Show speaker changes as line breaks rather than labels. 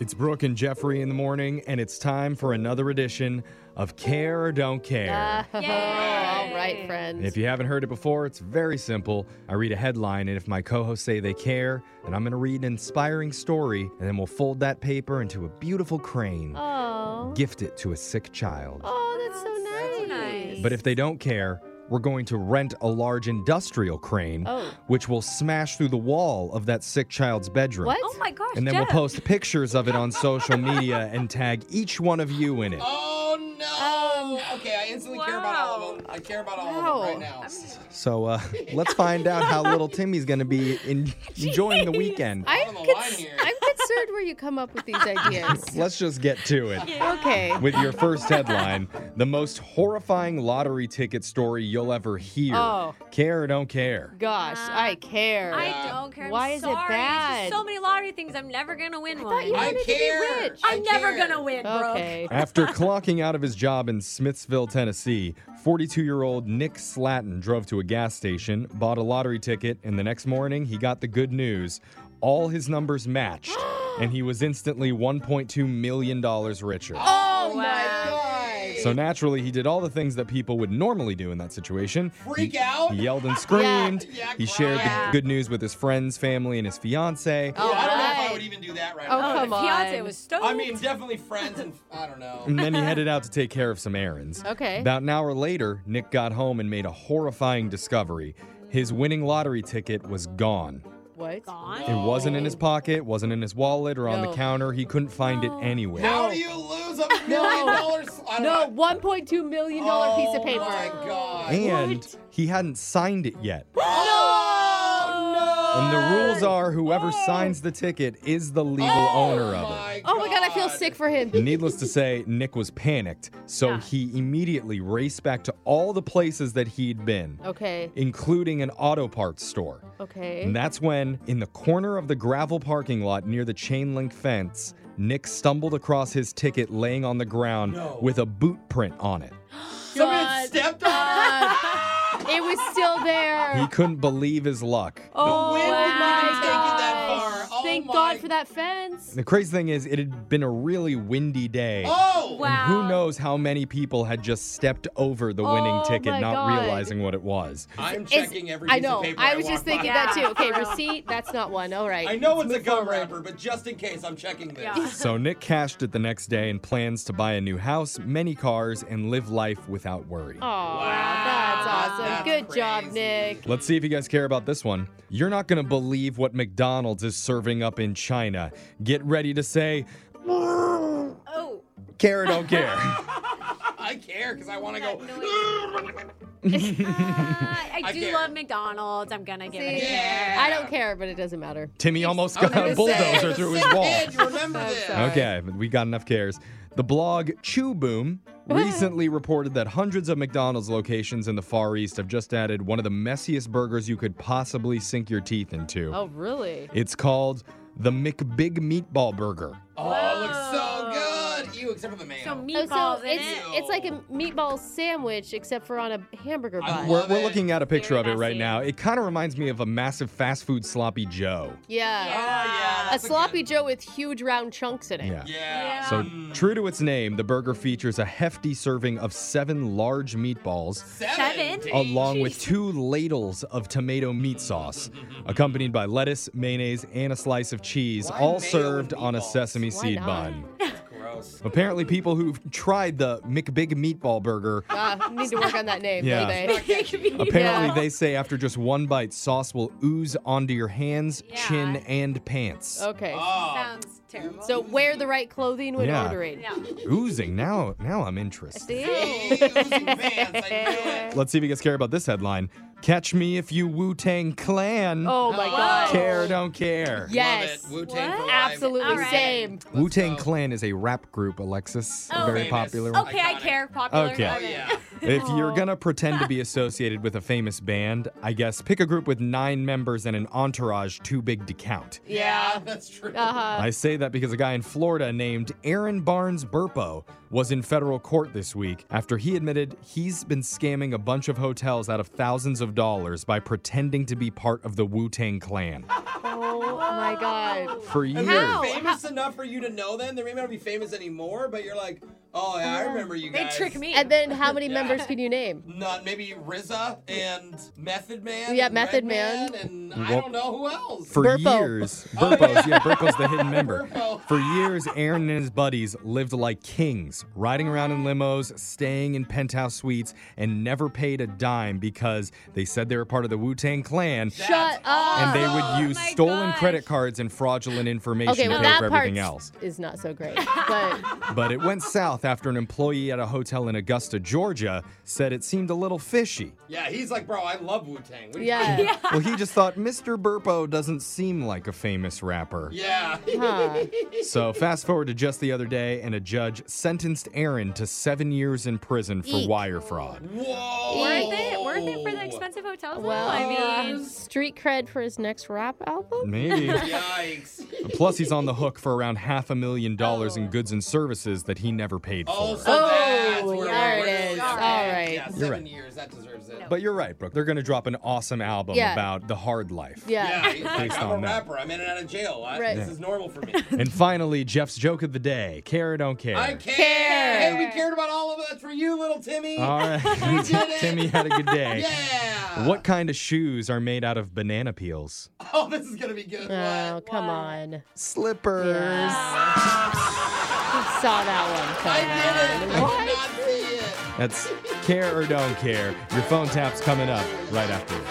It's Brooke and Jeffrey in the morning, and it's time for another edition of Care or Don't Care.
All right,
And
friends.
if you haven't heard it before, it's very simple. I read a headline, and if my co hosts say they care, then I'm going to read an inspiring story, and then we'll fold that paper into a beautiful crane,
oh.
gift it to a sick child.
Oh, that's so nice.
so nice.
But if they don't care, we're going to rent a large industrial crane,
Oh.
which will smash through the wall of that sick child's bedroom.
What?
Oh my gosh,
And then
Jeff.
we'll post pictures of it on social media and tag each one of you in it.
Oh no!
Um,
okay, I instantly care about all of them. I care about all of them right
Wow.
now.
So uh, let's find out how little Timmy's going to be en- enjoying the weekend.
I'm,
on the
cons-
line here.
I'm concerned where you come up with these ideas.
Let's just get to it.
okay.
With your first headline, the most horrifying lottery ticket story you'll ever hear.
Oh.
Care or don't care.
Gosh,
Uh,
I care.
I don't care. I'm
Why is it
sorry. There's
bad?
just so many lottery things. I'm never gonna win one.
thought you
I
wanted to be
care.
rich.
I
I'm never
care.
gonna win, bro.
okay.
After clocking out of his job in Smithsville, Tennessee, 42 year old Nick Slatton drove to a gas station, bought a lottery ticket, and the next morning he got the good news. All his numbers matched, and he was instantly $1.2 million richer.
Oh,
my
So naturally, he did all the things that people would normally do in that situation.
Freak
he,
out?
He yelled and screamed.
Yeah,
he
cry.
shared the
Yeah.
good news with his friends, family, and his fiance.
Oh.
Yeah, I don't know if
Alright.
I would even do that right
Oh,
now.
Oh,
come
the fiance
on.
was stoked.
I mean, definitely friends and I don't know.
And then he headed out to take care of some errands.
Okay.
About an hour later, Nick got home and made a horrifying discovery. His winning lottery ticket was gone.
What?
gone.
It wasn't in his pocket, wasn't in his wallet or on
No.
the counter. He couldn't find
No.
it anywhere.
How do you lose a million dollars? I don't
No,
know.
$1.2 million dollar piece of
Oh,
paper.
my God.
And
What?
he hadn't signed it yet.
Oh,
And the rules are whoever signs the ticket is the legal owner of it.
Oh my god, I feel sick for him.
Needless to say, Nick was panicked, so
Yeah.
he immediately raced back to all the places that he'd been,
Okay.
including an auto parts store.
Okay.
And that's when, in the corner of the gravel parking lot near the chain link fence, Nick stumbled across his ticket laying on the ground
No.
with a boot print on it.
Somebody had
God.
stepped on it.
it was still there.
He couldn't believe his luck.
oh,
wind
wow.
didn't even take it that far. Oh,
Thank
my-
God for that fence.
The crazy thing is, it had been a really windy day.
Oh.
Wow.
And who knows how many people had just stepped over the winning
Oh
ticket,
my
not
God.
realizing what it was.
I'm
It's-
checking every piece
I know.
of paper.
I was
walk
just thinking
by.
that too.
Yeah,
Okay,
for real.
receipt. That's not one. All right.
I know it's a gum
forward.
wrapper, but just in case, I'm checking this.
Yeah.
So Nick cashed it the next day and plans to buy a new house, many cars, and live life without worry.
Oh, that's awesome.
That's
Good job,
crazy.
Nick.
Let's see if you guys care about this one. You're not going to believe what McDonald's is serving up in China. Get ready to say,
Oh.
care or don't care.
I care because I want to
That
go.
noise. I, I
I
do
care.
love McDonald's. I'm gonna give it a
See?
Yeah.
I don't care, but it doesn't matter.
Timmy almost
I'm
got
gonna
a bulldozer
say,
through his
sick
wall.
kid, you remember
So
this.
sorry.
Okay, but we got enough cares. The blog Chew Boom recently reported that hundreds of McDonald's locations in the Far East have just added one of the messiest burgers you could possibly sink your teeth into.
Oh, really?
It's called the McBig Meatball Burger.
Oh, it looks so good. Ew, except for the mayo.
So
Oh,
meatballs
so
in
it's
it.
it's like a meatball sandwich except for on a hamburger
I
bun.
We're,
Love
we're
it.
looking at a picture
Very
of it right
messy.
now. It kind of reminds me of a massive fast food sloppy Joe.
Yeah.
oh, yeah.
A
That's
sloppy
Good,
Joe with huge round chunks in it.
Yeah.
yeah.
So,
Mm.
true to its name, the burger features a hefty serving of seven large meatballs,
Seven.
Seven?
dang.
along with two ladles of tomato meat sauce, accompanied by lettuce, mayonnaise, and a slice of cheese,
Why
all
mayo
served
and
on a
meatballs?
sesame
Why
seed
not?
bun.
Gross.
Apparently, people who've tried the McBig Meatball Burger.
Ah, need to work on that name,
Yeah.
don't they?
Not catchy.
Apparently,
Yeah.
they say after just one bite, sauce will ooze onto your hands,
Yeah.
chin, and pants.
Okay.
Oh.
Sounds terrible.
So wear the right clothing when
Yeah.
ordering.
yeah.
Oozing. Now, now I'm interested.
See?
Ew, oozing pants, I knew it.
Let's see if you guys care about this headline. Catch me if you Wu Tang Clan.
Oh my
Whoa.
god.
Care, don't care.
Yes.
Love it. Wu-Tang for
What?
life.
Absolutely
All right.
same.
Wu Tang
go.
Clan is a rap group, Alexis. A
Oh.
very
Famous.
popular one.
Okay, I
Iconic.
care. Popular.
Okay.
love
Oh,
it.
yeah.
If you're
Aw.
gonna pretend to be associated with a famous band, I guess pick a group with nine members and an entourage too big to count.
Yeah, that's true.
Uh huh.
I say that because a guy in Florida named Aaron Barnes Burpo was in federal court this week after he admitted he's been scamming a bunch of hotels out of thousands of dollars by pretending to be part of the Wu Tang Clan.
Oh my god.
For years.
How?
famous enough for you to know them. They may not be famous anymore, but you're like, oh, yeah, I remember you
They
guys.
trick me.
And then how many
Yeah.
members can you name?
Not maybe RZA and Method Man.
Yeah,
and
Method
Red
Man.
and I
Well,
don't know who else.
For
Burpo.
years, Burpo's, yeah, Burpo's the hidden member.
Burpo.
For years, Aaron and his buddies lived like kings, riding around in limos, staying in penthouse suites, and never paid a dime because they said they were part of the Wu Tang Clan.
Shut up.
and they
Oh
would use
my
stolen
gosh.
credit cards and fraudulent information
Okay,
to
well
pay
that
for
part
everything else.
is not so great. But
But it went south after an employee at a hotel in Augusta, Georgia, said it seemed a little fishy.
Yeah, he's like, bro, I love Wu Tang.
yeah.
Well, he just thought Mr. Burpo doesn't seem like a famous rapper.
Yeah.
Huh.
So, fast forward to just the other day, and a judge sentenced Aaron to seven years in prison for
Eek.
wire fraud.
Whoa.
Worth it? Worth it for
Oh.
the expensive hotels? though?
Well, uh,
I mean,
Street cred for his next rap album?
Maybe.
Yikes.
Plus, he's on the hook for around half a million dollars in goods and services that he never paid for.
Oh, so
Oh,
that's where
there
we're
it
going.
is.
All
All
right.
right.
Yeah,
You're
seven
right.
years. That deserves it.
But you're right, Brooke. They're going to drop an awesome album
Yeah.
about the hard life.
Yeah.
yeah, he's like,
Based
I'm a
on that.
rapper. I'm in and out of jail. I,
Right.
This is normal for me.
And finally, Jeff's joke of the day care or don't care?
I care.
Care.
Hey, we cared about all of that for you, little Timmy.
All right.
did it.
Timmy had a good day.
yeah.
What kind of shoes are made out of banana peels?
Oh, this is gonna be good.
Oh,
What?
come
Wow.
on.
Slippers.
I saw that one
I
coming.
did it. I
What?
did not see it.
That's care or don't care. Your phone tap's coming up right after this.